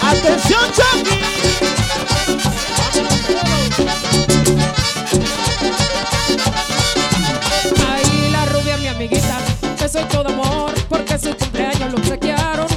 Producción Chucky. Ahí la rubia, mi amiguita, que soy todo amor, porque su cumpleaños lo obsequiaron.